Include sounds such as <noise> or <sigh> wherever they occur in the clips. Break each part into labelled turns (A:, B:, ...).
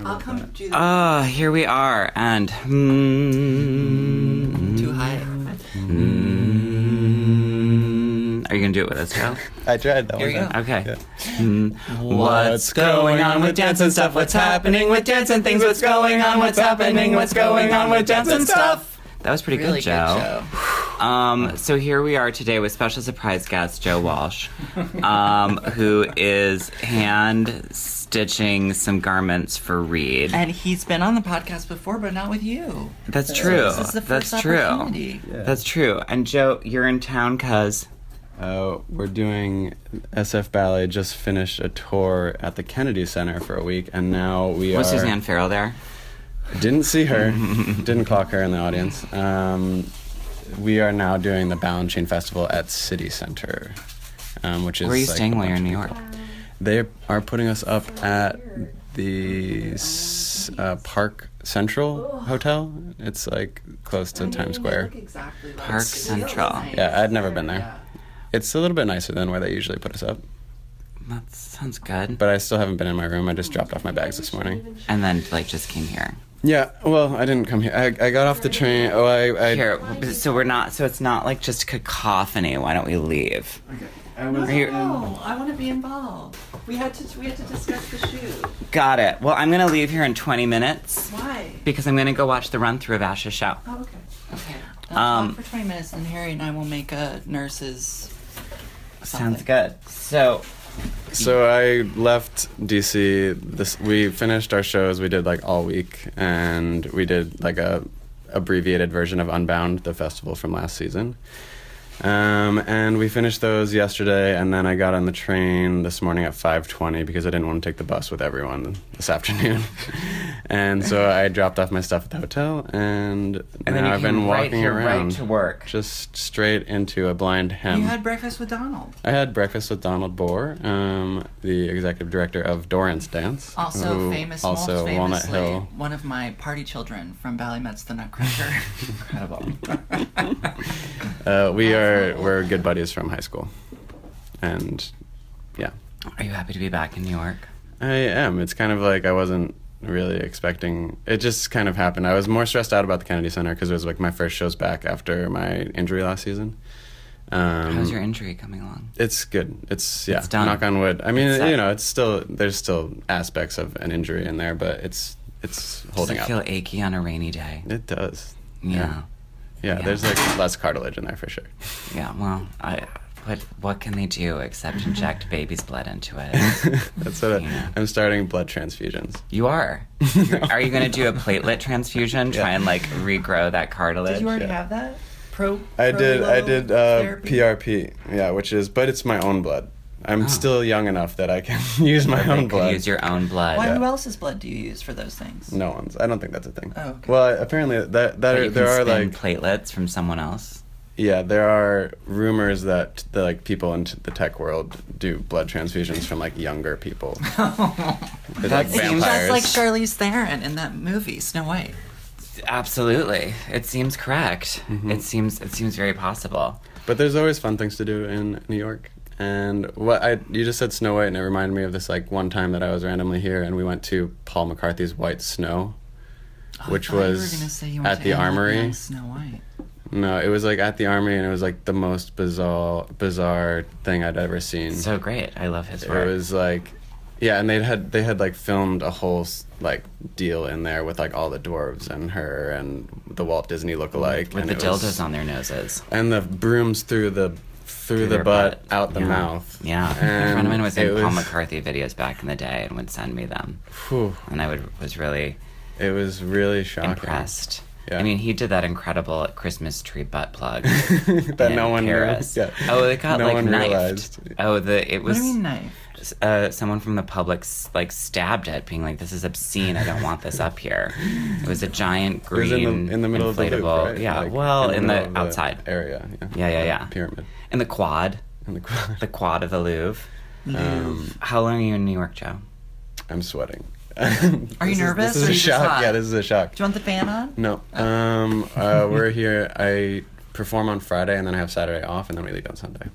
A: do that.
B: Ah, here we are, and hmm,
A: Too high.
B: are you gonna do it with us, Joe?
C: <laughs> I tried that
A: Here
C: one.
A: you go.
B: Okay.
C: Yeah.
B: Hmm. What's going on with dance and stuff? What's happening with dance and things? What's going on? What's happening? What's going on with dance and stuff? That was pretty
A: Really
B: good, Joe.
A: good show.
B: Um, so here we are today with special surprise guest Joe Walsh,
A: <laughs>
B: um, who is hand stitching some garments for Reed.
A: And he's been on the podcast before, but not with you.
B: That's true.
A: This is the first
B: That's true.
A: opportunity.
C: Yeah.
B: That's true. And Joe, you're in town, cause
C: Uh, we're doing SF Ballet just finished a tour at the Kennedy Center for a week, and now we
B: was
C: are.
B: Suzanne Farrell there?
C: Didn't see
B: <laughs>
C: her. didn't clock her in the audience. Um, we are now doing the Balanchine Festival at City Center, um, which is.
B: Where are you
C: like,
B: staying
C: a
B: while you're in
C: bunch
B: New
C: of
B: York?
D: Um,
C: people. They are putting us up at the s- uh, Park Central Hotel. It's like close to Times Square.
A: Exactly.
B: Park Central.
C: Yeah, I'd never been there. It's a little bit nicer than where they usually put us up.
B: That sounds good.
C: but I still haven't been in my room. I just dropped off my bags this morning.
B: and then like just came here.
C: Yeah, well, I didn't come here. I, I got off the train. Oh, I I,
B: Here, so we're not. So it's not like just cacophony. Why don't we leave?
C: I
A: No,
C: was.
B: Are you-
A: no, I want to be involved. We had to we had to discuss the shoe.
B: Got it. Well, I'm gonna leave here in 20 minutes
A: Why?
B: because I'm gonna go watch the run through of Ash's show.
A: Oh, okay. Okay.
B: Um,
A: Um, for 20 minutes, and Harry and I will make a nurse's.
B: Sounds
A: Something.
B: good. So
C: So I left DC. This we finished our shows. We did like all week, and we did like a abbreviated version of Unbound, the festival from last season. Um, and we finished those yesterday, and then I got on the train this morning at 5:20 because I didn't want to take the bus with everyone this afternoon. <laughs> and so I dropped off my stuff at the hotel, and,
B: and then
C: now
B: you
C: I've
B: came
C: been
B: right
C: walking
B: here,
C: around,
B: right to work. <laughs>
C: just straight into a blind hem.
A: You had breakfast with Donald.
C: I had breakfast with Donald Bohr, um, the executive director of Dorrance Dance,
A: Also
C: who
A: famous,
C: also
A: most
C: Walnut
A: famously, <laughs>
C: Hill.
A: one of my party children from Bally Met's The Nutcracker.
C: <laughs>
A: <laughs> Incredible.
C: Uh, we are we're good buddies from high school, and yeah,
B: Are you happy to be back in New York?
C: I am. It's kind of like I wasn't really expecting. It just kind of happened. I was more stressed out about the Kennedy Center because it was like my first shows back after my injury last season. Um,
B: How's your injury coming along?
C: It's good. It's yeah.
B: It's done.
C: Knock on wood. I mean,
B: It's done.
C: you know, it's still there's still aspects of an injury in there, but it's it's
B: Does
C: holding
B: it
C: up.
B: feel achy on a rainy day?
C: It does.
B: Yeah.
C: Yeah,
B: Yeah.
C: there's like less cartilage in there
B: <laughs>
C: for sure.
B: Yeah, well, I what what can they do
C: <laughs>
B: except inject baby's blood into it?
C: That's what
B: Yeah.
C: I, I'm starting blood transfusions. <laughs>
B: You are. Are you going to do a platelet transfusion? Try and like regrow that cartilage?
A: did you already
C: Yeah.
A: have that? Pro.
C: I did I did uh,
A: therapy?
C: PRP. Yeah, which is but it's my own blood. I'm
B: Oh.
C: still young enough that I can <laughs> use my
B: Like,
C: own
B: could
C: blood.
B: use your own blood.
A: Why?
C: Yeah.
A: Who else's blood do you use for those things? <laughs>
C: no one's. I don't think that's a thing.
A: Oh, okay.
C: Well, apparently that that
B: But
C: are,
B: you can
C: there are
B: spin
C: like
B: platelets from someone else.
C: yeah, there are rumors that the, like people in t- the tech world do blood transfusions from like younger people. They're, like
B: That seems-
C: vampires.
A: Just like Charlize Theron in that movie Snow White.
B: Absolutely, it seems correct.
C: Mm-hmm.
B: It seems it seems very possible.
C: But there's always fun things to do in New York. And what I you just said Snow White, and it reminded me of this like one time that I was randomly here, and we went to Paul McCarthy's White Snow, which
A: Oh, I thought
C: was
A: you were gonna say you
C: at
A: wanted
C: the
A: to end up
C: Armory.
A: being Snow White.
C: No, it was like at the Armory, and it was like the most bizarre bizarre thing I'd ever seen.
B: So great, I love his
C: it
B: work.
C: was like, yeah, and they had they had like filmed a whole s- like deal in there with like all the dwarves and her and the Walt Disney lookalike
B: with
C: and
B: the
C: it was-
B: dildos on their noses.
C: and the brooms through the through the
B: their
C: butt, out the
B: Yeah.
C: mouth. <laughs>
B: Yeah,
C: and
B: my friend of mine was in
C: it
B: Paul McCarthy videos back in the day and would send me them,
C: whew,
B: and I would was really
C: it was really shocking.
B: impressed.
C: Yeah.
B: I mean, he did that incredible Christmas tree butt
C: <laughs> <laughs>
B: plug
C: that
B: in
C: no one knew.
B: Paris.
C: Yeah.
B: Oh, it got
C: no
B: like
C: one
B: knifed.
C: realized.
B: Oh, the it
A: What
B: was
A: do you mean knife?
B: uh, someone from the public s- like stabbed it, being like, "This is obscene. I don't want this up here." It was a giant
C: It was
B: green
C: in the in the middle of the loop,
B: inflatable-
C: right?
B: Yeah,
C: Like,
B: well, in the,
C: middle of
B: outside
C: area. Yeah,
B: Yeah, yeah, yeah.
C: Pyramid
B: in the quad,
C: in the <laughs> quad.
B: the quad of the Louvre.
C: Um,
B: How long are you in New York, Joe?
C: I'm
B: <laughs>
C: sweating. are you
A: Are you nervous
C: This is
A: or
C: a
A: you just
C: shock.
A: hot?
C: Yeah, this is a shock.
A: Do you want the fan on?
C: No.
B: Oh. <laughs>
C: Um, uh, we're here. I perform on Friday, and then I have Saturday off, and then we leave on Sunday.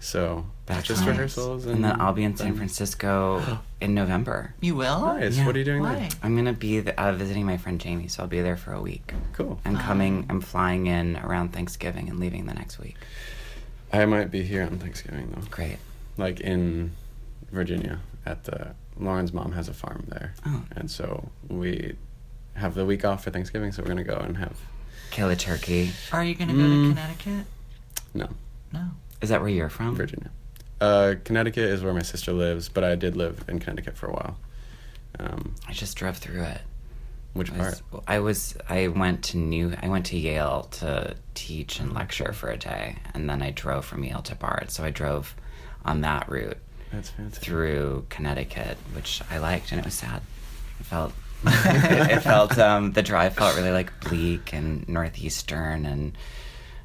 C: So
B: That's
C: just
B: nice.
C: rehearsals, and,
B: And then I'll be in San
C: then- <gasps>
B: Francisco in November.
A: You will?
C: Nice.
B: Yeah.
C: What are you doing
A: Why?
C: there?
B: I'm gonna be th- uh, visiting my friend Jamie, so I'll be there for a week.
C: Cool.
B: I'm coming. I'm flying in around Thanksgiving and leaving the next week.
C: I might be here on Thanksgiving though,
B: Great.
C: like in Virginia at the Lauren's mom has a farm there,
B: Oh.
C: and so we have the week off for Thanksgiving, so we're gonna go and have
B: Kill a turkey.
A: Are you going to go
C: Mm.
A: to Connecticut?
C: no
A: No.
B: Is that where you're from?
C: Virginia. Uh, Connecticut is where my sister lives, but I did live in Connecticut for a while. Um,
B: I just drove through it.
C: which
B: I was,
C: part?
B: I was I went to New I went to Yale to teach and lecture for a day, and then I drove from Yale to Bard. So I drove on that route
C: That's fantastic.
B: through Connecticut, which I liked, and it was sad. It felt it, it felt um, the drive felt really like bleak and northeastern and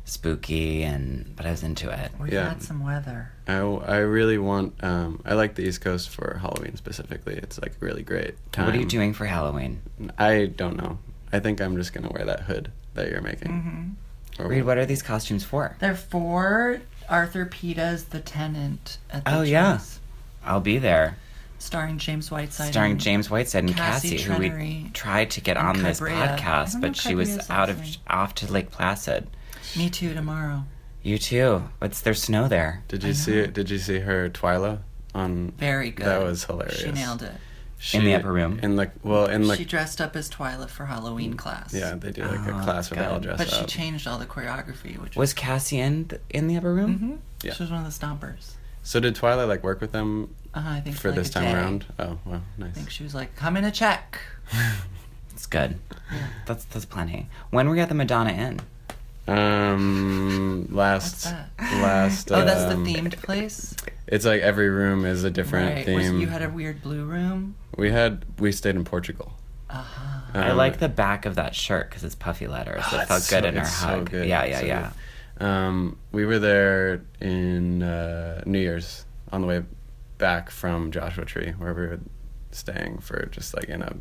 B: spooky, and but I was into it.
A: We've
C: Yeah.
A: had some weather.
C: I, I really want. Um, I like the East Coast for Halloween specifically. It's like a really great time.
B: What are you doing for Halloween?
C: I don't know. I think I'm just gonna wear that hood that you're making.
A: Mm-hmm.
C: Or-
B: Reed, what are these costumes for?
A: There are four Arthur Pita's The Tenant at the
B: Oh, yeah.
A: Chase,
B: I'll be there.
A: starring James Whiteside.
B: starring
A: and-
B: James Whiteside and Cassie,
A: Cassie
B: who we
A: Trenery
B: tried to get
A: and
B: on this
A: Kybrea. I
B: podcast,
A: don't
B: but
A: know
B: she was
A: Kybriea's
B: out of
A: last name.
B: off to Lake Placid.
A: Me Too Tomorrow.
B: You too. What's there's snow there?
C: Did you see? Did you see her Twyla on?
A: Very good.
C: That was hilarious.
A: She nailed it.
C: She-
B: In the upper room?
C: In the well, in the
A: she dressed up as Twyla for Halloween class.
C: Mm. yeah, they do like
B: Oh,
C: a class
B: that's
C: where they all
B: good.
C: dress
A: But she
C: up.
A: changed all the choreography, which
B: Was Cassie in the, in the upper room?
A: hmm
C: Yeah.
A: She was one of the stompers.
C: so did Twyla like work with them
A: Uh, I think
C: for
A: like
C: this
A: a
C: time
A: day.
C: around? Oh wow,
A: I think
C: nice.
A: she was like, "Come in a check."
B: It's good. That's that's plenty. When were you at the Madonna Inn?
C: Um, last
A: What's that?
C: last.
A: <laughs> oh, that's the
C: um,
A: themed place.
C: It's like every room is a different
A: Right. Was-
C: theme.
A: you had a weird blue room.
C: we had we stayed in Portugal.
A: Uh-huh.
B: I
C: Um,
B: like the back of that shirt because it's puffy letters.
C: Oh,
B: it
C: it's
B: felt
C: so-
B: good in her
C: it's so
B: hug.
C: good.
B: Yeah,
C: It's
B: yeah,
C: so
B: yeah.
C: Um, we were there in uh, New Year's on the way back from Joshua Tree, where we were staying for just like in a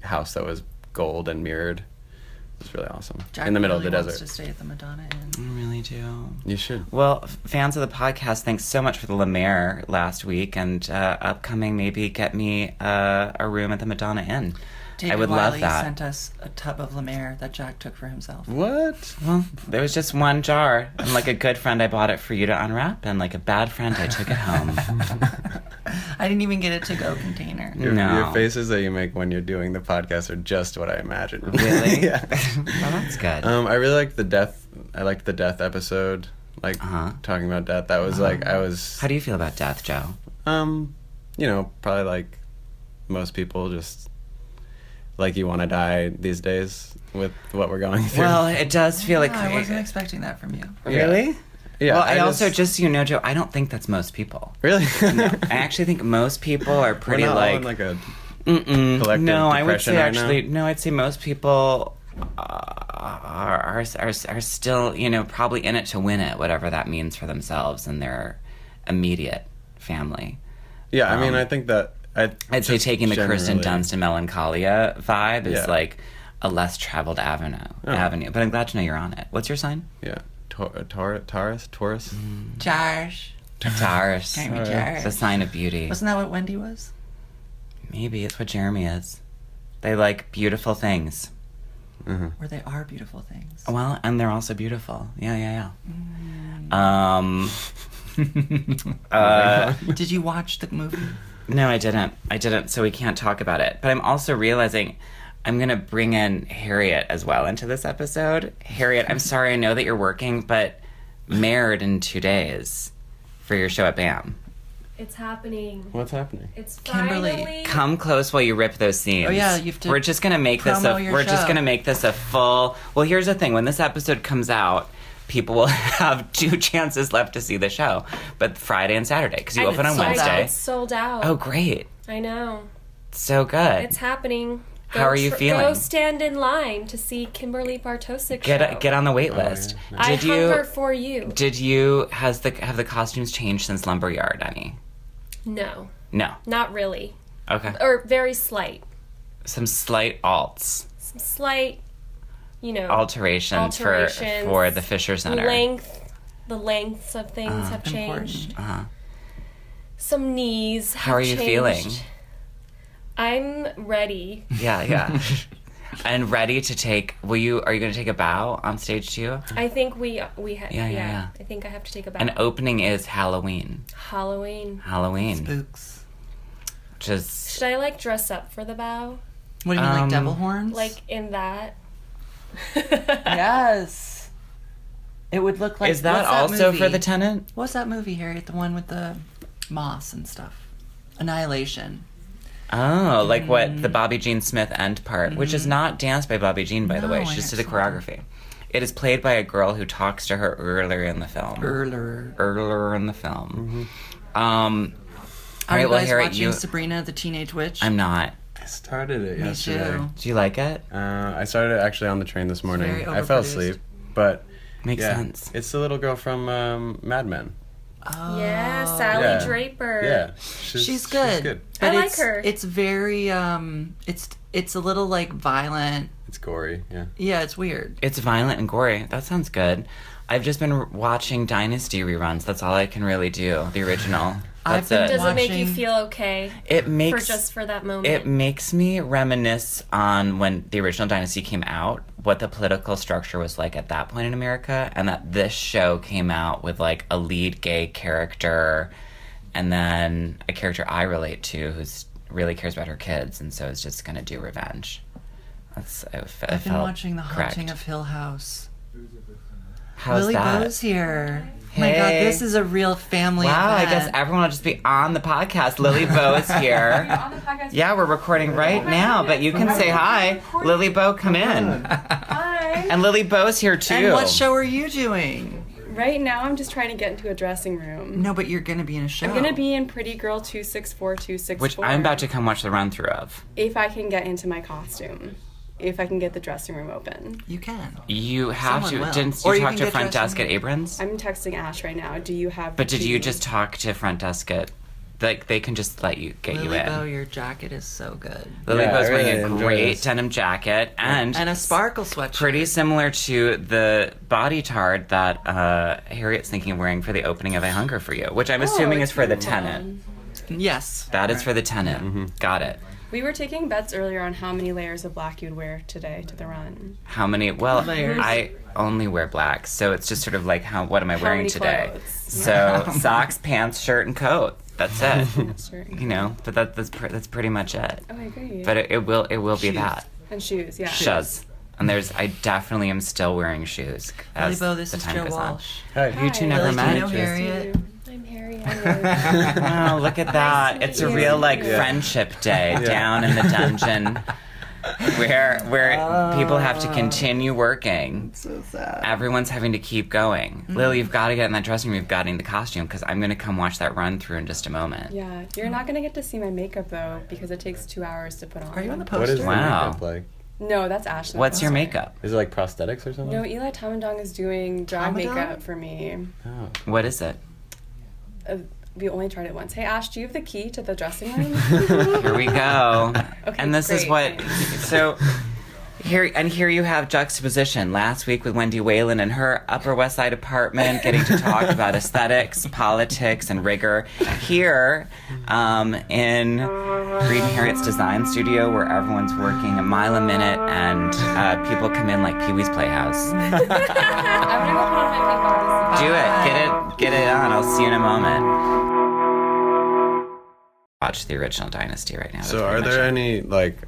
C: house that was gold and mirrored. It was really awesome
A: Jack
C: in the middle of
A: really
C: the
A: wants
C: desert. Mm.
A: To stay at the Madonna
B: I
A: Inn.
B: really do.
C: You should.
B: Well, f- fans of the podcast, thanks so much for the Lemaire last week and uh, upcoming. Maybe get me uh, a room at the Madonna Inn. I
A: David
B: would
A: Wiley
B: love that.
A: sent us a tub of La Mer that Jack took for himself.
C: What?
B: well, there was just one jar, and like a good friend, I bought it for you to unwrap, and like a bad friend, I took it <laughs> home.
A: <laughs> I didn't even get a to-go container.
C: Your,
B: No.
C: your faces that you make when you're doing the podcast are just what I imagined. <laughs>
B: Really?
C: yeah.
B: Well, that's good.
C: Um, I really liked the death. I liked the death episode. Like
B: Uh-huh.
C: talking about death. That was like I was.
B: How do you feel about death, Joe?
C: Um, you know, probably like most people, just like you want to die these days with what we're going through. <laughs>
B: Well, it does feel like
A: Yeah, I wasn't expecting that from you.
B: really.
C: yeah.
B: well, I, also just so you know, Joe, I don't think that's most people. <laughs>
C: really.
B: I actually think most people are pretty
C: we're not all in,
B: like
C: like a
B: Mm-mm.
C: collective
B: no, I would
C: depression
B: say
C: right
B: actually,
C: now?
B: no, I'd say most people uh, are, are are are still, you know, probably in it to win it, whatever that means for themselves and their immediate family.
C: yeah. I mean,
B: Um,
C: I think that I.
B: I'd say
C: just
B: taking the Kirsten
C: generally-
B: Dunst and Melancholia vibe is
C: Yeah. Oh.
B: like a less traveled avenue. Avenue, but I'm glad to know you're on it. What's
C: <laughs>
B: your sign?
C: Yeah. Tor- uh, tor- Taurus. Taurus.
B: Mm-hmm.
A: Josh.
B: Taurus.
A: Can't be
B: It's a
A: Josh.
B: sign of beauty.
A: Wasn't that what Wendy was?
B: Maybe it's what Jeremy is. They like beautiful things.
C: Mhm.
A: Where they are beautiful things.
B: Well, and they're also beautiful. Yeah, yeah, yeah. Um, uh,
A: Did you watch the movie?
B: no, I didn't. I didn't. So we can't talk about it. But I'm also realizing I'm gonna bring in Harriet as well into this episode. Harriet, I'm sorry. I know that you're working, but married in two days for your show at BAM.
D: It's happening.
C: <laughs> What's happening?
D: It's
A: Kimberly,
D: finally.
B: Come close while you rip those scenes.
A: Oh, yeah, you have to
B: We're just gonna make this a.
A: promo your
B: We're just
A: show.
B: gonna make this a full. Well, here's the thing: when this episode comes out, people will <laughs> have two chances left to see the show, but Friday and Saturday because you
A: And
B: open
A: it's
B: on
A: sold
D: I know,
B: Wednesday.
D: it's sold out.
B: Oh, great!
D: I know.
B: So good.
D: It's happening.
B: How are you
D: tr-
B: feeling?
D: Go stand in line to see Kimberly Bartosik show.
B: get get on the wait list.
C: yeah.
D: I
B: Did you?
D: hunger for you.
B: Did you? Has the have the costumes changed since Lumberyard? Any?
D: No,
B: No.
D: not really.
B: Okay.
D: Or very slight.
B: Some slight alts
D: Some slight, you know,
B: alterations, for
D: Alterations.
B: for the Fisher Center.
D: length, the lengths of things
B: Uh,
D: have changed.
B: Uh-huh.
D: Some knees.
B: How
D: have
B: are you
D: changed.
B: feeling?
D: I'm ready.
B: Yeah, yeah. <laughs> and ready to take. Will you? Are you going to take a bow on stage too?
D: I think we we have.
B: Yeah, yeah, yeah.
D: I think I have to take a bow.
B: An opening is Halloween.
D: Halloween.
B: Halloween.
A: Spooks.
B: Just
D: Should I like dress up for the bow?
A: What do you mean,
B: Um,
A: like devil horns?
D: Like in
B: <laughs>
D: that? <laughs>
A: yes. It would look like.
B: is that
A: what's
B: also for
A: movie?
B: the tenant?
A: What's that movie, Harriet? The one with the moss and stuff. Annihilation.
B: Oh, like what the Bobby Jean Smith end part, which is not danced by Bobby Jean, by the way.
A: No,
B: She just did the
A: excellent.
B: choreography. It is played by a girl who talks to her earlier in the film.
A: Earlier.
B: Earlier in the film. Um, all
A: Are
B: right,
A: you
B: well,
A: guys
B: Harriet,
A: watching
B: you.
A: Sabrina the Teenage Witch?
B: I'm not.
C: I started it
A: Me
C: yesterday.
A: too.
B: Do you like it?
C: Uh, I started it actually on the train this morning.
A: very
C: I fell
A: overproduced.
C: asleep, but
B: Makes
C: yeah,
B: sense.
C: it's the little girl from um, Mad Men.
A: Oh.
D: yeah, Sally
C: Yeah.
D: Draper.
C: Yeah, she's,
A: She's good.
C: She's good.
A: But
D: I like
A: it's,
D: her.
A: It's very um. It's it's a little like violent.
C: It's gory. Yeah.
A: Yeah, it's weird.
B: It's violent and gory. That sounds good. I've just been r- watching Dynasty reruns. That's all I can really do. The original.
A: I've
B: That's
A: been
B: it.
D: Does it make you
A: Watching-
D: feel okay
B: it
D: for
B: makes
D: just for that moment?
B: it makes me reminisce on when the original Dynasty came out, what the political structure was like at that point in America, and that this show came out with like a lead gay character, and then a character I relate to who's really cares about her kids, and so is just gonna do revenge. That's I fe- I
A: I've been
B: felt
A: watching The
B: correct.
A: Haunting of Hill House.
B: How's
A: Lily
B: that?
A: Bo's here. Oh my god,
B: Hey.
A: this is a real family.
B: Wow, I
A: event.
B: guess everyone will just be on the podcast. Lily
A: <laughs>
B: Bo is here.
E: on the podcast.
B: Yeah, we're recording right now, but you can say hi. Lily Bo, come in.
E: Hi.
B: And Lily Bo's here too.
A: And what show are you doing?
E: Right now, I'm just trying to get into a dressing room.
A: No, but you're gonna be in a show.
E: I'm gonna be in Pretty Girl two six four two six four.
B: Which I'm about to come watch the run through of.
E: If I can get into my costume, if I can get the dressing room open,
A: You can.
B: You have
A: Someone
B: to.
A: will.
B: Didn't
A: Or
B: you
A: you
B: talk
A: can
B: to
A: get
B: front
A: dressed
B: desk at Abrams?
E: I'm texting Ash right now. Do you have?
B: But did you just talk to front desk at? Like they can just let you get you
A: Lily
B: in.
A: Bo, your jacket is so good.
B: Lily
C: Yeah, I
B: Bo's wearing
C: really
B: a
C: enjoy
B: great
C: this.
B: denim jacket and
A: And a sparkle sweatshirt.
B: pretty similar to the body tard that uh, Harriet's thinking of wearing for the opening of I Hunger for You, which
A: Oh,
B: I'm assuming is for the tenant.
E: Um,
A: Yes.
B: That is for the tenant. Got it.
E: We were taking bets earlier on how many layers of black you'd wear today to the run.
B: How many? Well,
A: Layers.
B: I only wear black, so it's just sort of like how what am I wearing
E: many
B: today?
E: clothes?
A: <laughs>
B: So socks, pants, shirt, and coat. That's <laughs>
E: <laughs>
B: it.
E: Sure.
B: you know, but that, that's pr- that's pretty much it.
E: Oh, I agree.
B: But it, it will it will be
A: Shoes.
B: that
E: and shoes, yeah.
B: shoes. And there's I definitely am still wearing shoes.
A: Lily
B: as
A: Bo, this
B: the
A: is
B: time
A: Joe
B: goes on.
A: Walsh.
C: Hi.
B: You two
E: Hi.
B: never
A: Lily, do you know
B: met. <laughs>
A: Harriet?
D: I'm Harry. <laughs> I'm Lily.
B: Wow, Oh, look at that.
D: Nice
B: It's
D: to
B: a
D: meet
B: real
D: you.
B: like
D: Yeah.
B: friendship day down in the
D: <laughs>
A: <laughs>
B: dungeon where where
A: Oh.
B: people have
D: Oh.
B: to continue working.
A: So sad.
B: Everyone's having to keep going.
D: Mm-hmm.
B: Lily, you've got to get in that dressing room. You've got to get in the costume because I'm going to come watch that run through in just a moment.
E: Yeah, you're not gonna get to see my makeup though because it takes two hours to put on.
A: Are you on the poster?
C: What is the
B: Wow.
C: makeup like?
E: No, that's Ashley.
B: What's your
E: Foster.
B: makeup?
C: Is it like prosthetics or something?
E: No, Eli Tamandong is doing drag
A: Tamadong?
E: makeup for me.
C: Oh.
B: What is it?
E: Uh, we only tried it once. Hey, Ash, do you have the key to the dressing room?
B: <laughs> Here we
D: <laughs>
B: go.
E: Okay,
B: and this is
E: great,
B: what
E: thanks.
B: so here and here you have juxtaposition last week with Wendy Whalen in her Upper West Side apartment, getting to talk about aesthetics, <laughs> politics, and rigor. Here, um, in Reed and Harriet's design studio, where everyone's working a mile a minute, and uh, people come in like Pee Wee's Playhouse.
E: I'm gonna go put on my makeup. This is-
B: Do it. Get it. Get it on. I'll see you in a moment. Watch the original Dynasty right now.
C: <laughs>
B: That's
C: So,
B: pretty
C: are
B: much
C: there
B: it.
C: any like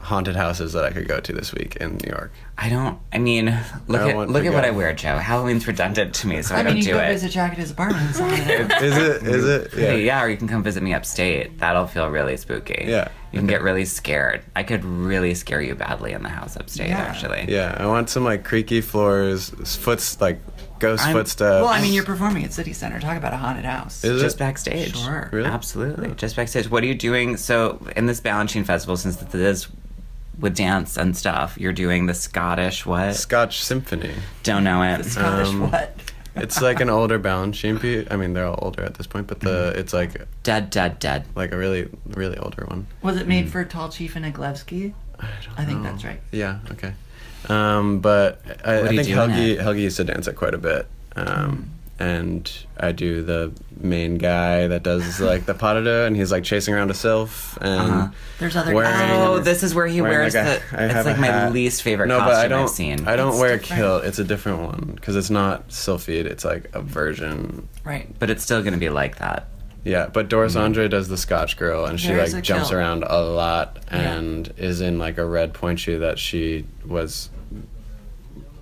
C: haunted houses that I could go to this week in New York?
B: I don't. I mean, look
C: I
B: at
C: want
B: look
C: to
B: at what
C: go.
B: I wear, Joe. Halloween's redundant to me, so I,
A: I
B: don't
A: mean, you
B: do
A: go
B: it.
A: visit Jack at his apartment.
C: <laughs>
A: It's not gonna-
C: Is it? Is it?
B: yeah.
C: Yeah.
B: or you can come visit me upstate. That'll feel really spooky.
C: Yeah.
B: you can get really scared. I could really scare you badly in the house upstate,
A: Yeah.
B: actually.
C: Yeah, I want some like creaky floors, foots like ghost
B: I'm-
C: footsteps.
A: well, I mean, you're performing at City Center. Talk about a haunted house.
C: Is
B: Just
C: it?
B: backstage.
A: Sure.
C: Really?
B: Absolutely. Just backstage. What are you doing? So, in this Balanchine Festival, since it is with dance and stuff, you're doing the Scottish what?
C: <laughs> Scotch Symphony.
B: Don't know
A: <laughs>
B: it.
A: Scottish
C: um,
A: what?
C: It's like an older Balanchine piece. I mean, they're all older at this point, but
A: Mm-hmm.
C: the it's like
B: Dead, dead, dead.
C: like a really really older one.
A: Was it
C: Mm.
A: made for Tall Chief and Iglevsky? I think that's right.
C: Yeah. Okay. Um, but I,
B: What
C: I
B: do you
C: think
B: do in
C: Helgi
B: it?
A: Mm.
C: Helgi used to dance it quite a bit, um, and I do the main guy that does like the pas de deux, and he's like chasing around a sylph and
A: There's other
C: wearing-
A: guys.
B: Oh, this is where he
C: wearing,
B: wears
C: like, a-
B: the.
C: I have
B: It's
C: a
B: like my
C: hat.
B: least favorite
C: no,
B: costume
C: but I don't,
B: have seen.
C: I don't
A: It's
C: wear
A: different.
C: kilt. It's a different one because it's not sylphid. It's like a version.
A: right.
B: but it's still gonna be like that.
C: Yeah, but Doris Andre does the Scotch girl, and she
A: Mm-hmm. There is
C: like
A: a
C: jumps
A: kilt.
C: around a lot and is in like a red point shoe that she was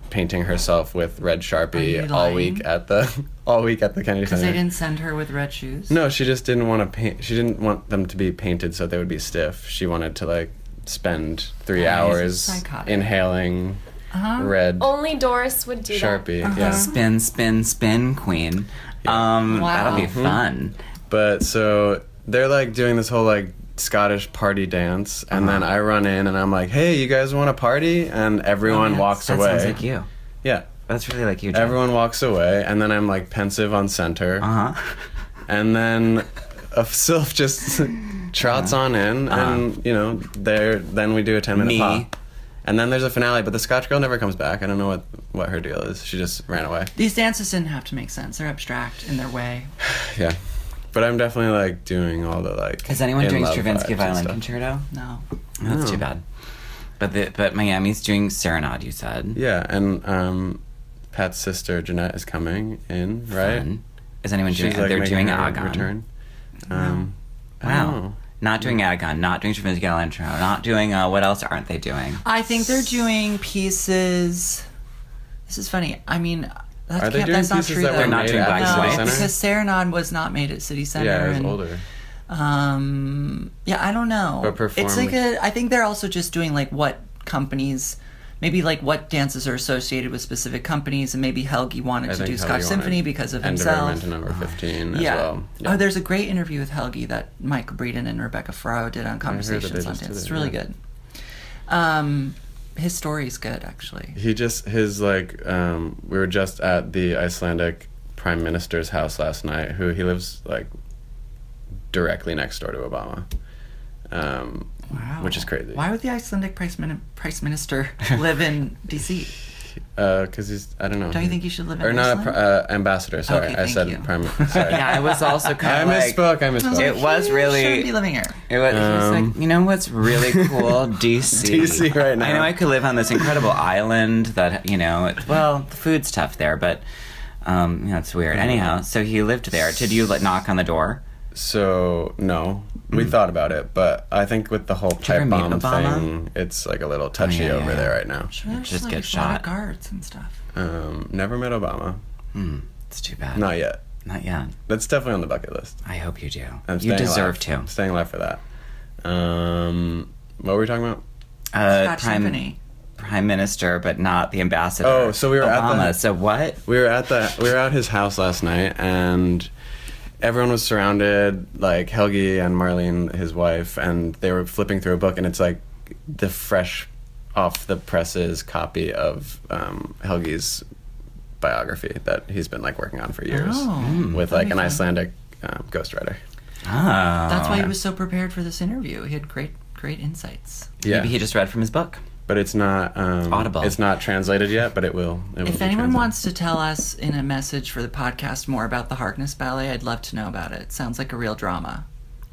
C: painting herself with red
A: Are
C: sharpie
A: you
C: all
A: lying?
C: week at the <laughs> all week at the Kennedy
A: Because
C: Center.
A: they didn't send her with red shoes.
C: No, she just didn't want to paint. She didn't want them to be painted so they would be stiff. She wanted to like spend three
A: That is
C: hours
A: psychotic.
C: inhaling
A: Uh-huh.
C: red
D: Only Doris would do that.
C: sharpie. Yeah.
B: Spin, spin, spin, queen. Um,
A: Wow.
B: That'll be
A: Mhm.
B: fun.
C: But so they're like doing this whole like Scottish party dance, and then
B: Uh-huh.
C: I run in and I'm like, "Hey, you guys want to party?" And everyone
A: yeah.
C: walks
B: Oh, That
C: away.
B: sounds like you.
C: Yeah,
B: That's really like you.
C: everyone walks away, and then I'm like pensive on center,
B: Uh huh.
C: and then a <laughs> sylph just trots on in, and you know, there. Then we do a ten minute
B: Uh-huh. Me.
C: pop. And then there's a finale, but the Scotch girl never comes back. I don't know what, what her deal is. She just ran away.
A: These dances didn't have to make sense. They're abstract in their way.
C: Yeah. But I'm definitely like doing all the like.
B: Is anyone
C: in
B: doing
C: love vibes
B: Stravinsky
C: and
B: Violin
C: stuff.
B: Concerto?
A: No.
B: No, that's too bad. But the, but Miami's doing Serenade. You said.
C: Yeah, and um, Pat's sister Jeanette is coming in, right?
B: Fun. Is anyone
C: She's
B: doing?
C: like
B: they're
C: making
B: doing
C: her
B: Agon.
C: return. Um, I don't
B: Wow.
C: know.
B: Not doing Agon. Not doing Stravinsky Violin Concerto. Not doing. Uh, what else aren't they doing?
A: I think they're doing pieces. This is funny. I mean, that's,
C: Are they
A: can't-
C: doing
A: that's not
C: pieces
A: true.
C: that
A: though.
C: were
B: They're not
C: made
B: doing
C: at
B: Black
C: City
B: Lives
A: No,
C: Center?
A: because Serenade was not made at City Center.
C: yeah, it was
A: and,
C: older.
A: Um, yeah, I don't know.
C: But perform-
A: It's like a. I think they're also just doing like what companies, maybe like what dances are associated with specific companies, and maybe Helgi wanted
C: I
A: to
C: think
A: do
C: Helgi
A: Scotch
C: wanted-
A: Symphony because of
C: and
A: himself.
C: Divergent number fifteen as
A: yeah.
C: well.
A: Oh, there's a great interview with Helgi that Michael Breeden and Rebecca Farrow did on Conversations on
C: just did
A: Dance.
C: it,
A: It's really
C: yeah.
A: good. Um, his story's good, actually.
C: He just his like um, we were just at the Icelandic prime minister's house last night. Who he lives like directly next door to Obama. Um,
A: Wow.
C: Which is crazy.
A: Why would the Icelandic price, min- price minister <laughs> live in D.C.?
C: because Uh, he's I don't know.
A: Don't you think you should live in
C: or not a
A: Iceland?
C: pr- uh, ambassador? Sorry,
A: Okay,
C: I
A: thank
C: said
A: you.
B: <laughs>
C: prime. Sorry.
B: <laughs> yeah, I was also
C: I
B: kind of like.
C: misspoke. I misspoke.
B: It was
A: You shouldn't be
B: really.
A: living here.
B: It was, he was
C: Um,
B: like, you know what's really <laughs> cool? DC.
C: DC right now.
B: I know I could live on this incredible island that, you know, it- well, the food's tough there, but, um, you know, it's weird.
C: Mm.
B: Anyhow, so he lived there. Did you like, knock on the door?
C: So no, we thought about it, but I think with the whole
B: you
C: pipe
B: ever meet
C: bomb
B: Mm. Obama? Oh,
C: thing, it's like a little touchy
B: yeah, yeah,
C: over
B: yeah.
C: there right now.
A: Sure, there's
B: Just
A: like
B: get
A: a lot of
B: shot.
A: guards and stuff.
C: Um, never met Obama,
B: Hmm, it's too bad.
C: not yet.
B: Not yet.
C: That's definitely on the bucket list.
B: I hope you do.
C: I'm
B: you
C: staying
B: deserve
C: alive.
B: to.
C: I'm staying alive for that. Um, what were we talking about?
B: Uh,
A: Scotch
B: prime,
A: Symphony.
B: prime minister, but not the ambassador.
C: Oh, so we were at the-
B: Obama. So <gasps> what?
C: We were at the we were at his house last night, and everyone was surrounded, like Helgi and Marlene, his wife, and they were flipping through a book, and it's like the fresh off the presses copy of um, Helgi's biography that he's been like working on for years
A: Oh,
C: with like an Icelandic um, ghostwriter.
B: Ah.
A: That's why he was so prepared for this interview. He had great, great insights.
C: Yeah,
B: Maybe he just read from his book.
C: but it's not um,
B: Audible.
C: It's not translated yet, but it will. It will
A: If
C: be
A: anyone
C: translated.
A: wants to tell us in a message for the podcast more about the Harkness Ballet, I'd love to know about it. Sounds like a real drama.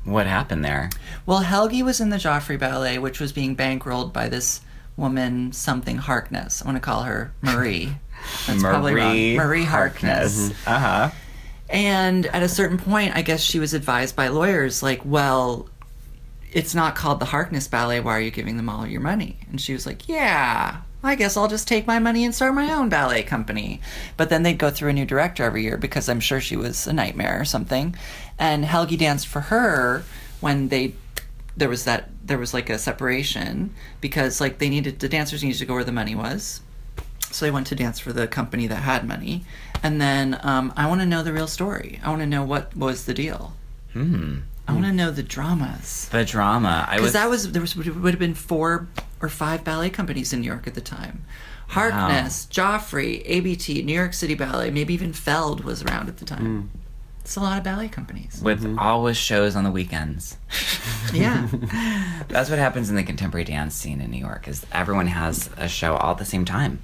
B: What happened there?
A: Well, Helgi was in the Joffrey Ballet, which was being bankrolled by this woman, something Harkness. I want to call her Marie.
B: <laughs>
A: That's probably wrong. Marie Harkness.
B: Uh huh.
A: And at a certain point, I guess she was advised by lawyers, like, well, it's not called the Harkness Ballet. Why are you giving them all your money? And she was like, yeah, I guess I'll just take my money and start my own ballet company. But then they'd go through a new director every year because I'm sure she was a nightmare or something. And Helgi danced for her when they. There was that there was like a separation because like they needed the dancers needed to go where the money was, so they went to dance for the company that had money. And then um, I want to know the real story. I want to know what was the deal. Hmm. I want to know the dramas.
B: The drama. I
A: Because
B: was.
A: that was, there was, would have been four or five ballet companies in New York at the time. Harkness, Joffrey, ABT, New York City Ballet, maybe even Feld was around at the
C: Hmm.
A: time. It's a lot of ballet companies.
B: with
C: Mm-hmm.
B: always shows on the weekends.
A: <laughs> Yeah.
B: <laughs> That's what happens in the contemporary dance scene in New York is everyone has a show all at the same time.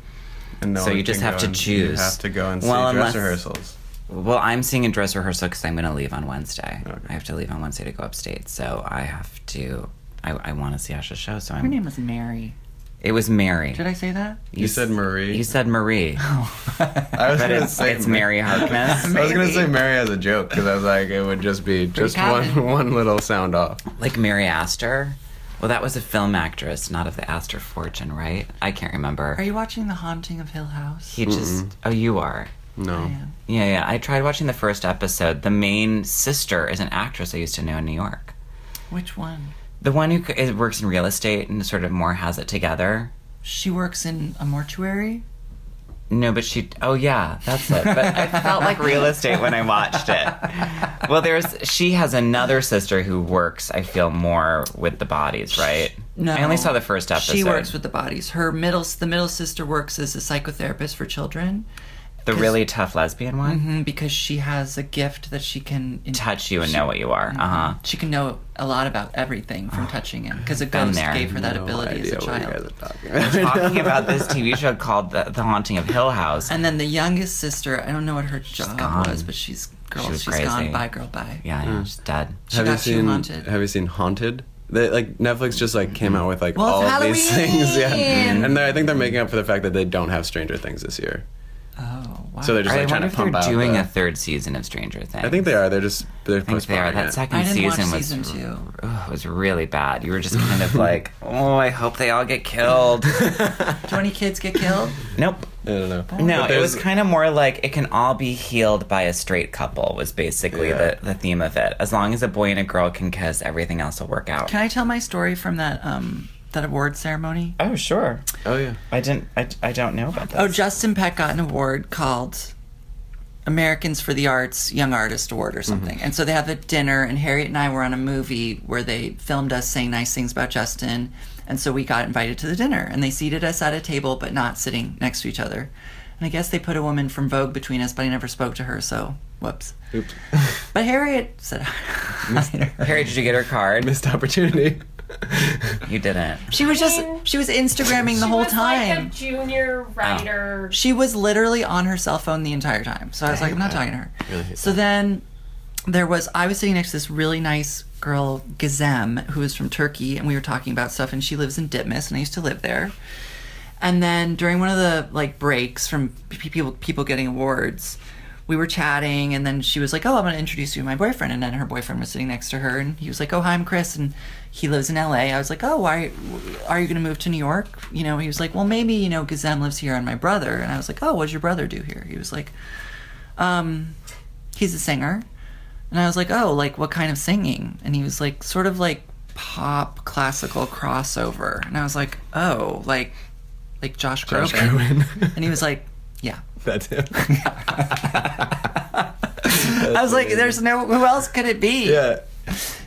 C: And no
B: so
C: one
B: you just
C: can go
B: have to
C: and- You
B: choose.
C: have to go and see
B: Well,
C: dress
B: unless-
C: rehearsals.
B: Well, I'm seeing a dress rehearsal because I'm going to leave on Wednesday.
C: Okay.
B: I have to leave on Wednesday to go upstate, so I have to. I, I want to see Asha's show, so
A: Her
B: I'm.
A: name was Mary.
B: It was Mary.
A: Did I Oh. say that?
C: You said Marie.
B: You
A: <laughs>
B: said Marie.
C: I was
B: but
C: gonna
B: it's,
C: say
B: it's Mary
C: <laughs>
B: Harkness.
C: I was gonna
A: Maybe.
C: say Mary as a joke because I was like, it would just be just
A: common.
C: one <laughs> one little sound off.
B: like Mary Astor. Well, that was a film actress, not of the Astor fortune, right? I can't remember.
A: Are you watching The Haunting of Hill House?
B: He just. Oh, you are.
C: No,
A: Yeah.
B: Yeah, yeah. I tried watching the first episode. The main sister is an actress I used to know in New York.
A: Which one?
B: The one who c- is, works in real estate and sort of more has it together.
A: She works in a mortuary.
B: No, but she. Oh, yeah, that's it.
A: <laughs>
B: But I felt like real estate when I watched it. Well, there's. She has another sister who works. I feel more with the bodies, right?
A: No.
B: I only saw the first episode.
A: She works with the bodies. Her middle, the middle sister works as a psychotherapist for children
B: the really tough lesbian one.
A: Mhm, because she has a gift that she can in-
B: Mm-hmm. Touch you and know what you are.
A: Mm-hmm.
B: Uh
A: <laughs>
B: huh.
A: She can know a lot about everything from touching it because a
B: Been
A: ghost
B: there.
A: gave her that
C: No
A: ability
C: idea
A: as a
C: what you guys
A: child.
C: are <laughs> talking about.
B: Talking
C: <laughs>
B: about this TV show called the, the Haunting of Hill House.
A: And then the youngest sister, I don't know what her job
B: gone.
A: was, but she's girl.
B: She was
A: She's
B: crazy.
A: gone. Bye, girl. Bye.
B: yeah, I know, she's dead.
A: She
C: have you
A: got you
C: seen
A: haunted.
C: Have you seen Haunted? They, like Netflix just like came out with like
A: Well,
C: all
A: it's Mm-hmm.
C: of these things, <laughs> yeah.
A: Halloween!
C: And they're- I think they're making up for the fact that they don't have Stranger Things this year,
A: Oh, wow.
C: so they're just
B: I
C: like trying
B: wonder
C: to
B: if they're
C: pump out.
B: doing
C: the-
B: a third season of Stranger Things.
C: I think they are. They're just they're
B: I think they
C: postponing
B: are. That
C: it.
B: second
A: I didn't watch
B: season was
A: season two.
B: Ugh, it was really bad. You were just kind
C: <laughs>
B: of like, oh, I hope they all get killed.
A: Do any kids get killed?
B: nope.
C: I don't know.
B: No,
C: But
B: it was
C: there's-
B: kind of more like it can all be healed by a straight couple was basically
C: Yeah.
B: the, the theme of it. As long as a boy and a girl can kiss, everything else will work out.
A: Can I tell my story from that um that award ceremony?
B: oh sure,
C: Oh yeah.
B: I didn't. I, I don't know about that.
A: Oh, Justin Peck got an award called Americans for the Arts Young Artist Award or something.
B: Mm-hmm.
A: And so they have a dinner, and Harriet and I were on a movie where they filmed us saying nice things about Justin. And so we got invited to the dinner, and they seated us at a table, but not sitting next to each other. And I guess they put a woman from Vogue between us, but I never spoke to her, so whoops.
C: Oops.
A: But Harriet said
B: <laughs>
A: hi to her.
B: Harry, did you get her card?
C: Missed opportunity.
B: You didn't.
A: <laughs> She was just
D: mean,
A: she was Instagramming the
D: She
A: whole
D: was
A: time.
D: Like a
B: Oh.
D: junior writer.
A: She was literally on her cell phone the entire time. So I was like, I'm not talking to her.
C: Really hate
A: so then there was, I was sitting next to this really nice girl, Gizem, who was from Turkey, and we were talking about stuff, and she lives in Ditmas, and I used to live there. And then during one of the like breaks from pe- people people getting awards, we were chatting, and then she was like, "Oh, I'm going to introduce you to my boyfriend." And then her boyfriend was sitting next to her, and he was like, "Oh, hi, I'm Chris, and he lives in L.A." I was like, "Oh, why are you going to move to New York?" You know, he was like, "Well, maybe you know, Gazem lives here, and my brother." And I was like, "Oh, what does your brother do here?" He was like, "Um, he's a singer." And I was like, "Oh, like what kind of singing?" And he was like, "Sort of like pop classical crossover." And I was like, "Oh, like." Like Josh Groban.
C: Josh Groban.
A: And he was like,
C: <laughs>
A: yeah.
C: That's him.
A: <laughs> I was like, there's no, who else could it be?
C: Yeah.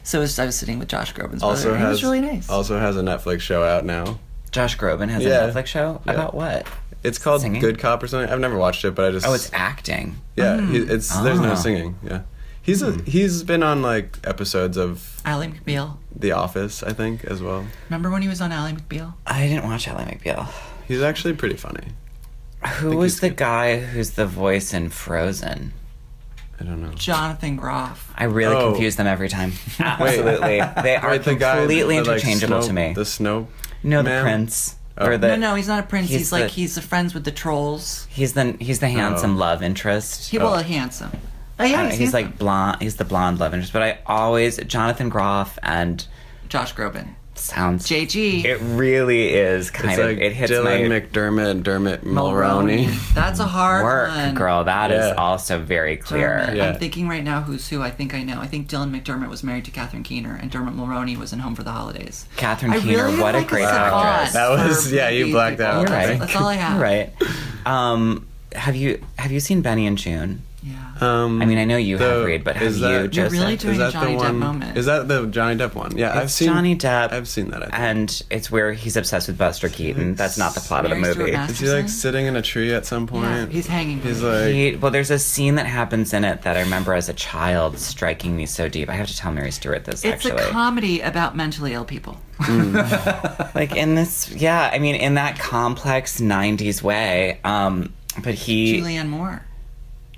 A: So it was, I was sitting with Josh Groban's
C: Also
A: brother. and
C: has
A: he was really nice.
C: Also has a Netflix show out now.
B: Josh Groban has
C: Yeah.
B: a Netflix show
C: Yeah.
B: about what?
C: It's called
B: Singing?
C: Good Cop or something. I've never watched it, but I just
B: Oh, it's acting.
C: yeah. he- It's there's
B: Ah.
C: no singing. Yeah, he's a,
A: Hmm.
C: he's been on like episodes of
A: Ally McBeal.
C: The Office, I think, as well.
A: Remember when he was on Ally McBeal?
B: I didn't watch Ally McBeal.
C: He's actually pretty funny.
B: Who
C: think
B: was
C: he's
B: the
C: good.
B: guy who's the voice in Frozen?
C: I don't know.
A: Jonathan Groff.
B: I really
C: Oh.
B: confuse them every time. <laughs>
C: <laughs>
B: Absolutely, they are
C: Wait, the guy-
B: completely
C: the, like,
B: interchangeable
C: snow-
B: to me.
C: The snow.
B: no, the
C: man?
B: prince
C: Oh.
B: or the
A: no, no, he's not a prince.
B: he's
A: He's, like,
B: the-
A: he's a friends with the trolls.
B: he's the he's the handsome
C: Oh.
B: love interest.
A: He, well, handsome. Oh, yeah,
B: Uh,
A: he's,
B: he's
A: handsome.
B: like blonde. He's the blonde love interest. But I always Jonathan Groff and
A: Josh Groban.
B: sounds.
A: JG.
B: It really is kind
C: It's
B: of.
C: like
B: it hits
C: Dylan
B: my
C: McDermott and Dermot
A: Mulroney.
C: Mulroney.
B: <laughs>
A: That's a hard
B: work,
A: one.
B: girl. That is
C: Yeah.
B: also very clear.
A: Dermot.
C: Yeah.
A: I'm thinking right now who's who. I think I know. I think Dylan McDermott was married to Catherine Keener, and Dermot Mulroney was in Home for the Holidays.
B: Catherine
A: I
B: Keener,
A: really
B: what a
A: like a
B: great
A: savant
B: actress.
C: That was-
A: for
C: yeah, you
A: movie
C: blacked
A: people.
C: out.
B: You're
A: That's,
B: right.
A: that's all I have.
B: You're right. Um, have you have you seen Benny and June?
A: Yeah.
C: Um,
B: I mean, I know you have,
C: the-
B: Reed, but have
C: is that-
B: you,
C: You're
A: You're
B: Joseph?
A: really doing
C: is
A: a
C: that
A: Johnny
C: the
A: Depp
C: one?
A: moment.
C: Is that the Johnny Depp one? Yeah, I've
B: It's
C: seen
B: Johnny Depp.
C: I've seen that. I think.
B: and it's where he's obsessed with Buster Keaton. That's not the plot of the
A: Mary Stuart
B: movie.
A: Masterson?
C: Is he like sitting in a tree at some point?
A: Yeah, he's hanging.
C: He's like,
B: He, well, there's a scene that happens in it that I remember as a child striking me so deep. I have to tell Mary Stewart this
A: it's
B: actually. Mm,
A: a comedy about mentally ill people.
B: <laughs>
A: <laughs>
B: like in this, yeah, I mean, in that complex '90s way. Um, but he,
A: Julianne Moore.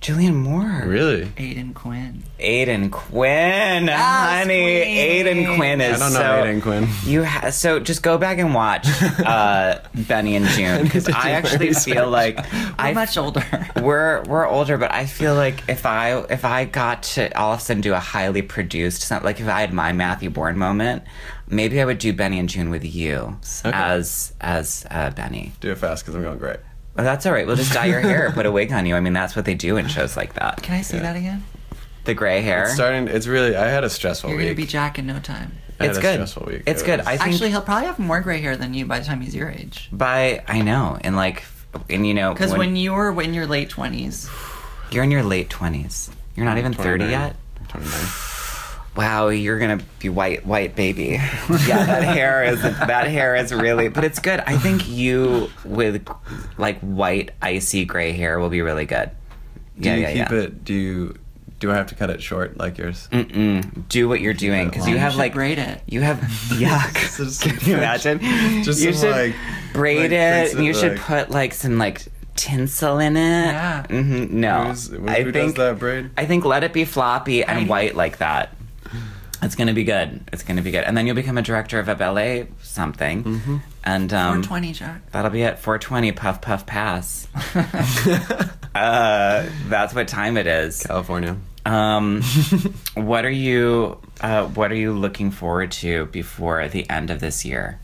B: Julian Moore.
C: Really?
A: Aiden Quinn.
B: Aiden Quinn, honey.
A: Queen.
B: Aiden Quinn is
C: I don't know
B: so.
C: Aiden Quinn. <laughs>
B: You ha- so just go back and watch uh, Benny and June because
C: to do
B: I
C: my
B: actually
C: research.
B: feel like
A: I'm
B: I
A: much older.
B: <laughs> we're we're older, but I feel like if I if I got to all of a sudden do a highly produced, some- like if I had my Matthew Bourne moment, maybe I would do Benny and June with you
C: Okay.
B: as as uh, Benny.
C: Do it fast because I'm going great.
B: Well, that's all right. We'll just dye your hair, put a wig on you. I mean, that's what they do in shows like that.
A: Can I see that again?
B: The gray hair.
C: It's starting. It's really. I had a stressful
A: You're
C: week.
A: gonna be Jack in no time.
C: I had
B: It's
C: a
B: good.
C: stressful week.
B: It's
C: It
B: good.
C: was-
B: I think
A: Actually, he'll probably have more gray hair than you by the time he's your age.
B: by I know, and like, and you know,
A: Because when, you were in your late twenties,
B: you're in your late twenties, you're not even thirty
C: 29.
B: yet.
C: 29.
B: Wow, you're gonna be white, white baby. <laughs> Yeah, that hair is that hair is really, but it's good. I think you with like white icy gray hair will be really good.
C: Do
B: yeah,
C: you
B: yeah,
C: keep
B: yeah.
C: it? Do you? Do I have to cut it short like yours?
B: Mm-mm. Do what you're doing because you
A: you
B: have
A: should
B: like
A: braid it.
C: <laughs>
B: you have yuck.
C: Just
B: <laughs> Can you imagine?
C: Just
B: you
C: some,
B: should
C: like,
B: braid
C: like,
B: it, and you
C: prints of,
B: should
C: like-
B: put like some like tinsel in it.
A: Yeah.
B: hmm No,
C: Who's- who
B: I
C: does
B: think
C: that braid?
B: I think let it be floppy and
A: I-
B: white like that. It's gonna be good. It's gonna be good, and then you'll become a director of a ballet something, and
A: or
B: um,
A: twenty, Jack.
B: that'll be at 4:20. Puff puff pass. <laughs>
C: <laughs>
B: Uh, that's what time it is.
C: California.
B: <laughs> Um, what are you uh, What are you looking forward to before the end of this year?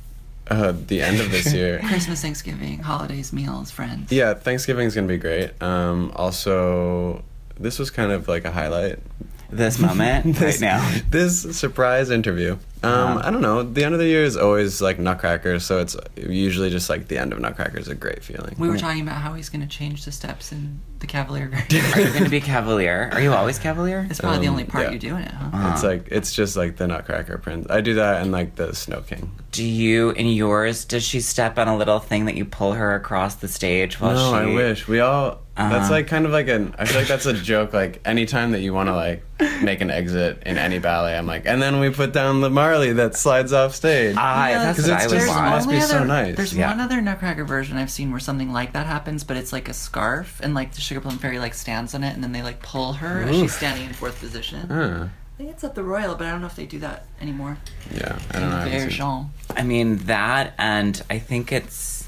C: Uh, the end of this
B: <laughs>
C: year.
A: Christmas, Thanksgiving, holidays, meals, friends.
C: Yeah, Thanksgiving's gonna be great. Um, also, this was kind of like a highlight.
B: This moment, Eh,
C: <laughs>
B: right
C: This-
B: now.
C: This surprise interview. Um, I don't know. The end of the year is always like Nutcracker, so it's usually just like the end of Nutcracker is a great feeling.
A: We were talking about how he's gonna change the steps in
C: <laughs>
A: the Cavalier Garden.
B: Are you going to be cavalier? Are you always cavalier?
A: It's probably the
C: Um,
A: only part
C: yeah. Uh,
A: you do in it, huh?
C: It's
B: Uh-huh.
C: like it's just like the Nutcracker Prince. I do that and like the Snow King.
B: Do you in yours? Does she step on a little thing that you pull her across the stage while
C: No,
B: she?
C: I wish we all.
B: Oh, Uh-huh.
C: That's like kind of like an. I feel like that's a joke. Like anytime that you want to like make an exit in any ballet, I'm like, and then we put down the Marley that slides off stage.
B: Ah,
A: Yeah,
B: that's
C: 'Cause
B: what
C: it's
B: I
C: just-
B: was
A: There's
C: It must
B: want.
A: only
C: be so
A: other-
C: nice.
A: There's
B: Yeah.
A: one other Nutcracker version I've seen where something like that happens, but it's like a scarf, and like the Sugar Plum Fairy like stands on it, and then they like pull her as she's standing in fourth position.
C: Huh.
A: I think it's at the Royal, but I don't know if they do that anymore.
C: Yeah, I don't know. I haven't
A: Fair
C: seen-
A: Jean.
B: I mean that, and I think it's.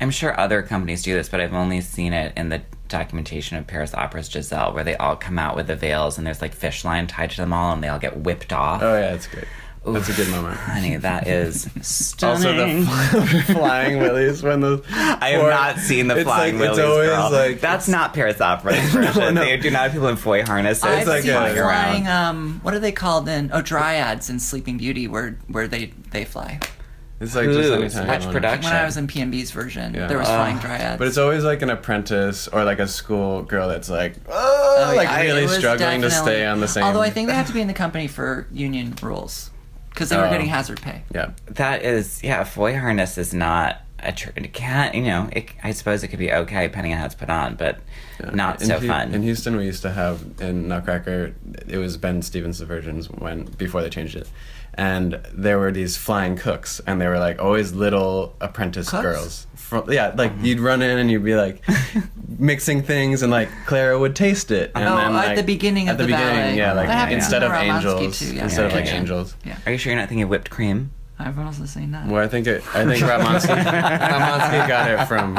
B: I'm sure other companies do this, but I've only seen it in the documentation of Paris Opera's Giselle, where they all come out with the veils and there's like fish line tied to them all, and they all get whipped off.
C: Oh yeah, it's great. That's a good moment.
B: Honey,
C: <laughs>
B: that is
C: Also,
B: stunning.
C: the <laughs> flying willies when the
B: I have not seen the
C: it's
B: flying
C: like,
B: willies.
C: It's always
B: girl.
C: like
B: that's not Paris Opera's
C: <laughs>
B: version.
C: no.
B: They do not have people in foy harnesses.
A: I've
C: like
A: seen
C: a-
B: flying around.
A: flying. Um, what are they called in? Oh, dryads in Sleeping Beauty, where where they they fly.
C: it's like just
B: Ooh,
C: anytime. you
B: much
C: wanna-
B: production.
A: When I was in PMB's version,
C: Yeah.
A: there was
C: Oh.
A: flying dryads.
C: But it's always like an apprentice or like a school girl that's like, oh,
A: Oh,
C: like
A: yeah. It
C: really
A: was
C: struggling to
A: definitely-
C: stay on the same.
A: Although I think they have to be in the company for union rules, because they were
C: Oh.
A: getting hazard pay.
C: yeah,
B: That is, yeah, a foy harness is not a tr- it can't you know? It, I suppose it could be okay depending on how it's put on, but not
C: In
B: so
C: Hu-
B: fun.
C: In Houston, we used to have in Nutcracker. It was Ben Stevens' versions when before they changed it, and there were these flying cooks, and they were like always little apprentice
A: Cooks? Mm-hmm.
C: girls. Fro- yeah, like you'd run in and you'd be
A: <laughs>
C: like mixing things, and like Clara would taste it. And
A: Oh,
C: then,
A: at
C: like,
A: the beginning
C: at
A: of
C: the,
A: the
C: beginning,
A: ballet.
C: yeah,
B: That
C: like
B: happens in
C: instead of
A: Romonsky
C: angels,
A: too, yeah.
C: instead of
B: Yeah,
C: like
B: yeah, yeah.
C: angels.
A: Yeah,
B: <laughs> Are you sure you're not thinking whipped cream?
A: I've also seen that.
C: Well, I think it, I
A: <laughs>
C: think
B: <laughs>
C: Ramonsky, Ramonsky got it from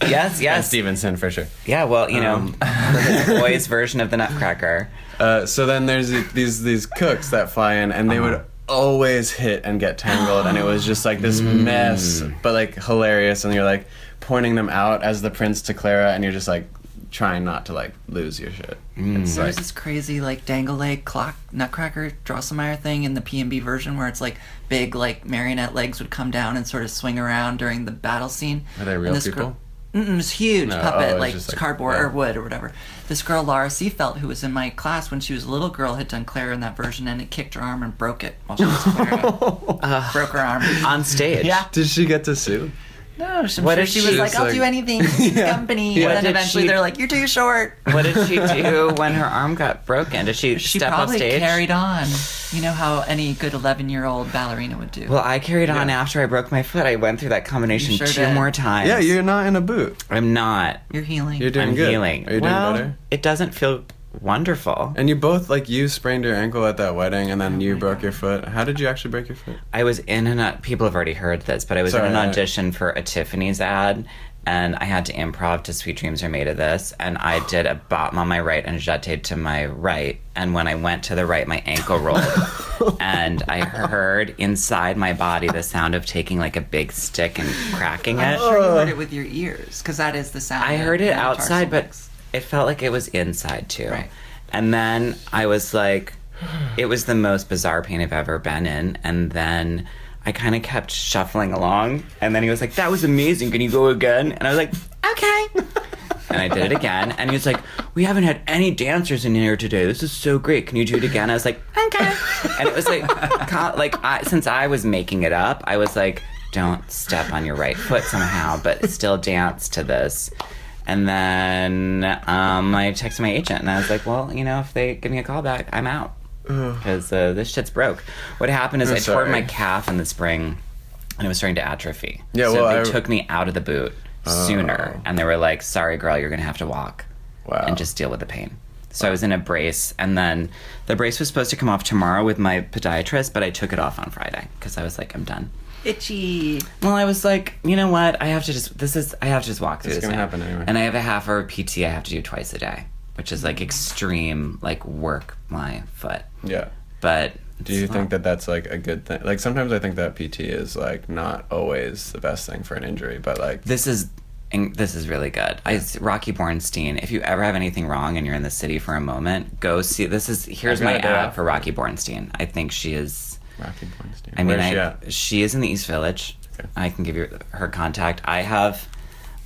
B: Yes,
C: Ben Um,
B: yes,
C: Stevenson for sure.
B: yeah. Well, you know, <laughs> the boys' version of the Nutcracker.
C: Uh, so then there's these these cooks that fly in, and they
B: Uh-huh.
C: would always hit and get tangled, and it was just like this
B: Mm.
C: mess, but like hilarious. And you're like pointing them out as the prince to Clara, and you're just like trying not to like lose your shit.
B: Mm.
C: It's
A: There
C: like
A: was this <laughs> crazy like dangle leg clock nutcracker Drosselmeyer thing in the PMB version where it's like big like marionette legs would come down and sort of swing around during the battle scene.
C: Are they
A: And
C: real
A: this
C: people?
A: Girl, mm-mm, it was huge
C: No, oh,
A: puppet
C: it's
A: like,
C: just, like,
A: cardboard
C: yeah.
A: or wood or whatever. This girl Laura Seafelt who was in my class when she was a little girl had done Claire in that version and it kicked her arm
C: <laughs>
A: and
B: <laughs>
A: broke it while she was Clara. broke her arm.
B: On stage.
A: Yeah.
C: Did she get to sue?
A: No, I'm
B: What
A: sure
B: if
A: she
B: she
A: was
B: was
A: like, "I'll
C: like-
A: do anything, for this <laughs> company,"
B: What
A: and then
B: did
A: eventually
B: she-
A: they're like, "You're too short."
B: What did she do when her arm got broken? Did she,
A: She
B: step off
A: probably
B: stage?
A: carried on. You know how any good 11 year old ballerina would do.
B: well, I carried on
C: Yeah.
B: after I broke my foot. I went through that combination
A: You sure
B: two
A: did.
B: more times.
C: Yeah, you're not in a boot.
B: I'm not.
A: You're healing.
C: You're doing
B: I'm
C: good.
B: healing.
C: Are you
B: well,
C: doing better?
B: it doesn't feel wonderful.
C: And you both like you sprained your ankle at that wedding, and
B: Oh
C: then you broke your foot. How did you actually break your foot?
B: I was in an au- people have already heard this, but I was
C: Sorry,
B: in
C: I-
B: an audition for a Tiffany's ad, and I had to improv to "Sweet Dreams Are Made of This,"
C: <gasps>
B: and I did a bottom on my right and a jeté to my right, and when I went to the right, my
C: <laughs>
B: ankle rolled, and I heard inside my body the sound of taking like a big stick and cracking
A: I'm
B: it.
C: Oh,
A: sure you heard it with your ears because that is the sound.
B: Uh, I
A: of
B: heard it
A: the metatarsal
B: outside, but
A: discs.
B: it felt like it was inside too.
A: Right.
B: And then I was like, it was the most bizarre pain I've ever been in. And then I kind of kept shuffling along. And then he was like, that was amazing. Can you go again? And I was like,
A: <laughs>
B: okay. and I did it again. And he was like, we haven't had any dancers in here today. This is so great. Can you do it again? I was like, okay. and it was like, co- like I, since I was making it up, I was like, don't step on your right foot somehow, but still dance to this. And then um, I texted my agent and I was like, well, you know, if they give me a call back, I'm out. Because uh, this shit's broke. What happened is
C: I'm
B: I
C: sorry.
B: tore my calf in the spring and it was starting to atrophy.
C: Yeah,
B: so
C: well, I-
B: they
C: Oh.
B: took me out of the boot sooner and they were like, sorry, girl, you're going to have to walk
C: Wow.
B: and just deal with the pain. So I was in a brace and then the brace was supposed to come off tomorrow with my podiatrist, but I took it off on Friday because I was like, I'm done.
A: itchy.
B: Well, I was like, you know what? I have to just this is I have to just walk through
C: It's
B: this.
C: gonna
B: now.
C: happen anyway.
B: And I have a half hour PT I have to do twice a day, which is like extreme, like work my foot.
C: Yeah.
B: But
C: Do you think that that's like a good thing? Like sometimes I think that PT is like not always the best thing for an injury, but like
B: this is and this is really good. I Rocky Bornstein. If you ever have anything wrong and you're in the city for a moment, go see. This is here's
C: I've got
B: my
C: a uh, day
B: ad
C: off.
B: for Rocky Bornstein. I think she is.
C: Rocky Bornstein.
B: I mean,
C: Where's
B: I,
C: she
B: she,
C: at?
B: is in the East Village.
C: Okay.
B: I can give you her contact. I have.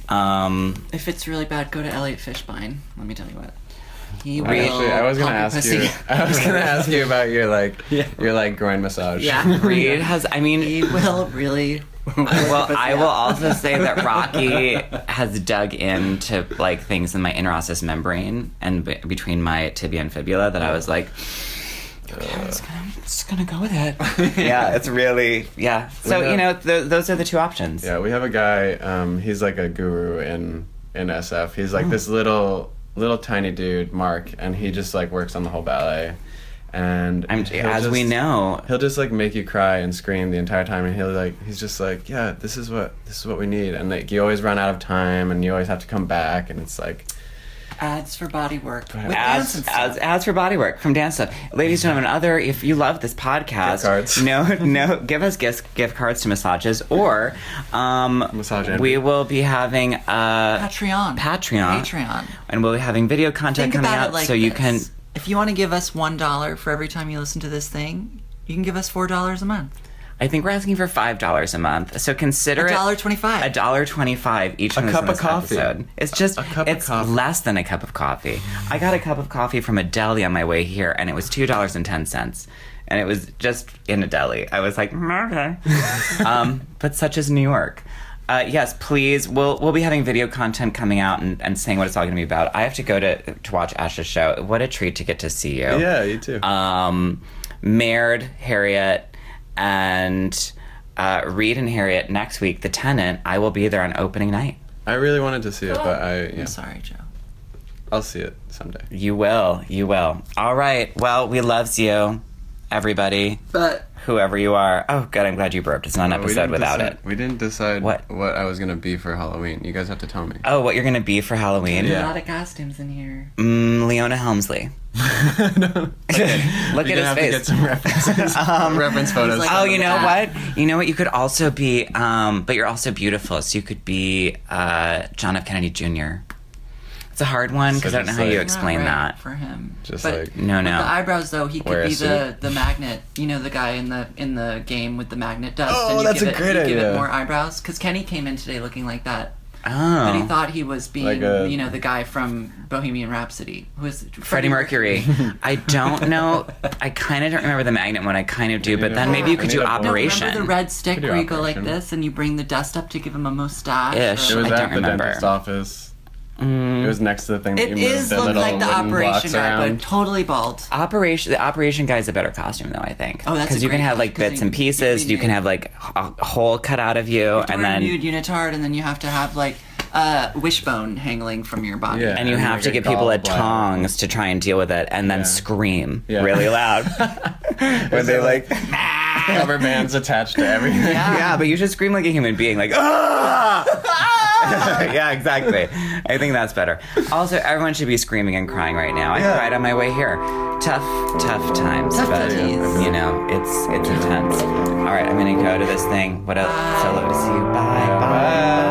B: Um,
A: If it's really bad, go to Elliot Fishbein. Let me tell you what. He will.
C: I actually, I was gonna
A: pump
C: ask
A: your
B: <laughs>
C: you. <laughs>
A: pussy.
C: I was gonna ask you about your like
B: Yeah.
C: your like groin massage. <laughs>
A: Yeah.
B: Reed has. I mean,
A: He will really.
B: well,
A: pussy
B: I
A: out.
B: will also
C: <laughs>
B: say that Rocky has dug into like things in my interosseous membrane and b- between my tibia and fibula that I was like, okay, I'm just gonna, I'm just gonna go with it. <laughs> yeah, it's really yeah. So
C: We have-
B: you know, th- those are the two options.
C: Yeah, we have a guy. Um, he's like a guru in in SF. He's
B: Oh.
C: like this little little tiny dude, Mark, and he just like works on the whole ballet. And
B: I'm,
C: he'll
B: as we
C: just-
B: know,
C: he'll just like make you cry and scream the entire time, and he'll like he's just like, yeah, this is what this is what we need, and like you always run out of time, and you always have to come back, and it's like
A: Ads for body work. With dance
B: as,
A: and stuff.
B: as, as for body work from dance stuff ladies and gentlemen other if you love this podcast
C: Gift cards.
A: <laughs>
B: no no give us gifts gift cards to massages or um
C: Massage and-
B: we will be having a
A: Patreon.
B: patreon
A: Patreon.
B: and we'll be having video content
A: Think
B: coming
A: about
B: out
A: it like
B: so you
A: this.
B: can
A: If you want to give us one dollar for every time you listen to this thing, you can give us four dollars a month.
B: i think we're asking for five dollars a month so consider
A: A
B: it
A: dollar twenty-five.
B: a dollar twenty-five each. A
C: cup of coffee.
B: Episode. It's just
C: a cup of
B: it's
C: coffee.
B: less than a cup of coffee. I got a cup of coffee from a deli on my way here, and it was two dollars and ten cents, and it was just in a deli. I was like,
C: <laughs>
B: "Mm, okay, <laughs> um, but such is New York. Uh, yes, please. We'll we'll be having video content coming out and, and saying what it's all going to be about. I have to go to to watch Ash's show. What a treat to get to see you
C: yeah, you too.
B: um, Maird, Harriet, and uh, Reed and Harriet next week. The Tenant. I will be there on opening night.
C: I really wanted to see it, but I yeah,
A: I'm sorry, Joe.
C: I'll see it someday.
B: You will. You will. All right. Well, we loves you, everybody,
A: But
B: whoever you are. Oh, good. I'm glad you burped. It's not an
C: But we
B: episode
C: didn't
B: without
C: decide-
B: it.
C: We didn't decide
B: What?
C: what I was gonna be for Halloween. You guys have to tell me.
B: Oh, what you're gonna be for Halloween?
A: a
C: Yeah.
A: lot of costumes in here.
B: Mm, Leona Helmsley.
C: <laughs> no. <laughs>
B: Look
C: You're gonna
B: at
C: have
B: his face. Um,
C: to get some
A: <laughs>
B: <laughs>
C: references, reference photos.
A: Um, like-
B: Oh, you know
A: Yeah.
B: what? You know what? You could also be, um, but you're also beautiful. So you could be uh, John F. Kennedy Jr. It's a hard one because
C: So
B: I don't know
C: just
B: how you
C: like-
B: explain
A: Not right
B: that.
A: for him.
C: Just
A: But
C: like
B: No,
A: With the
B: no.
A: eyebrows, though, he
C: Wear
A: could
C: a
A: be the,
C: suit.
A: the magnet. You know, the guy in the in the game with the magnet dust.
C: Oh,
A: and you
C: that's
A: give
C: a
A: it,
C: great
A: you Give it
C: idea.
A: more eyebrows because Kenny came in today looking like that. But he
B: Oh,
A: thought he was being,
C: Like a-
A: you know, the guy from Bohemian Rhapsody, who is <laughs>
B: Freddie Mercury. I don't know. I kind of don't remember the magnet one. I kind of do, but then maybe you could
C: We
B: do
C: need a- No,
B: Operation.
A: Remember the red stick
C: Could do
A: where you go like
C: Operation.
A: this and you bring the dust up to give him a mustache?
B: Ish.
C: It
A: Or,
C: was
B: I
C: at
B: don't
C: the
B: remember.
C: dentist office.
B: Mm.
C: It was next to the thing. That
A: it
C: you
A: is
C: moved
A: looked
C: little
A: like the
C: wooden
A: operation
C: blocks
A: guy,
C: around.
A: but totally bald.
B: Operation. The Operation Guy's a better costume, though. I think.
A: Oh, that's a
B: because you can
A: great
B: have like
A: costume, 'cause
B: bits
A: you-
B: and pieces.
A: you
B: You can
A: need-
B: have like a hole cut out of you, and
A: Or a
B: then
A: nude unitard, and then you have to have like a wishbone hangling from your body.
C: Yeah.
B: and you
C: And
B: have
C: like
B: to
C: a
B: give people a
C: gallbladder.
B: tongs to try and deal with it, and then
C: Yeah.
B: scream
C: Yeah. <laughs>
B: really loud. <laughs>
C: Where they like <laughs> rubber bands attached to everything. <laughs>
A: Yeah.
B: yeah, but you should scream like a human being, like ah. <laughs> yeah, exactly. I think that's better. Also, everyone should be screaming and crying right now. I cried on my way here. Tough, tough times,
A: Tough
B: but
A: titties.
B: you know, it's it's intense. All right, I'm gonna go to this thing. What else? So love to see you. Bye. Bye.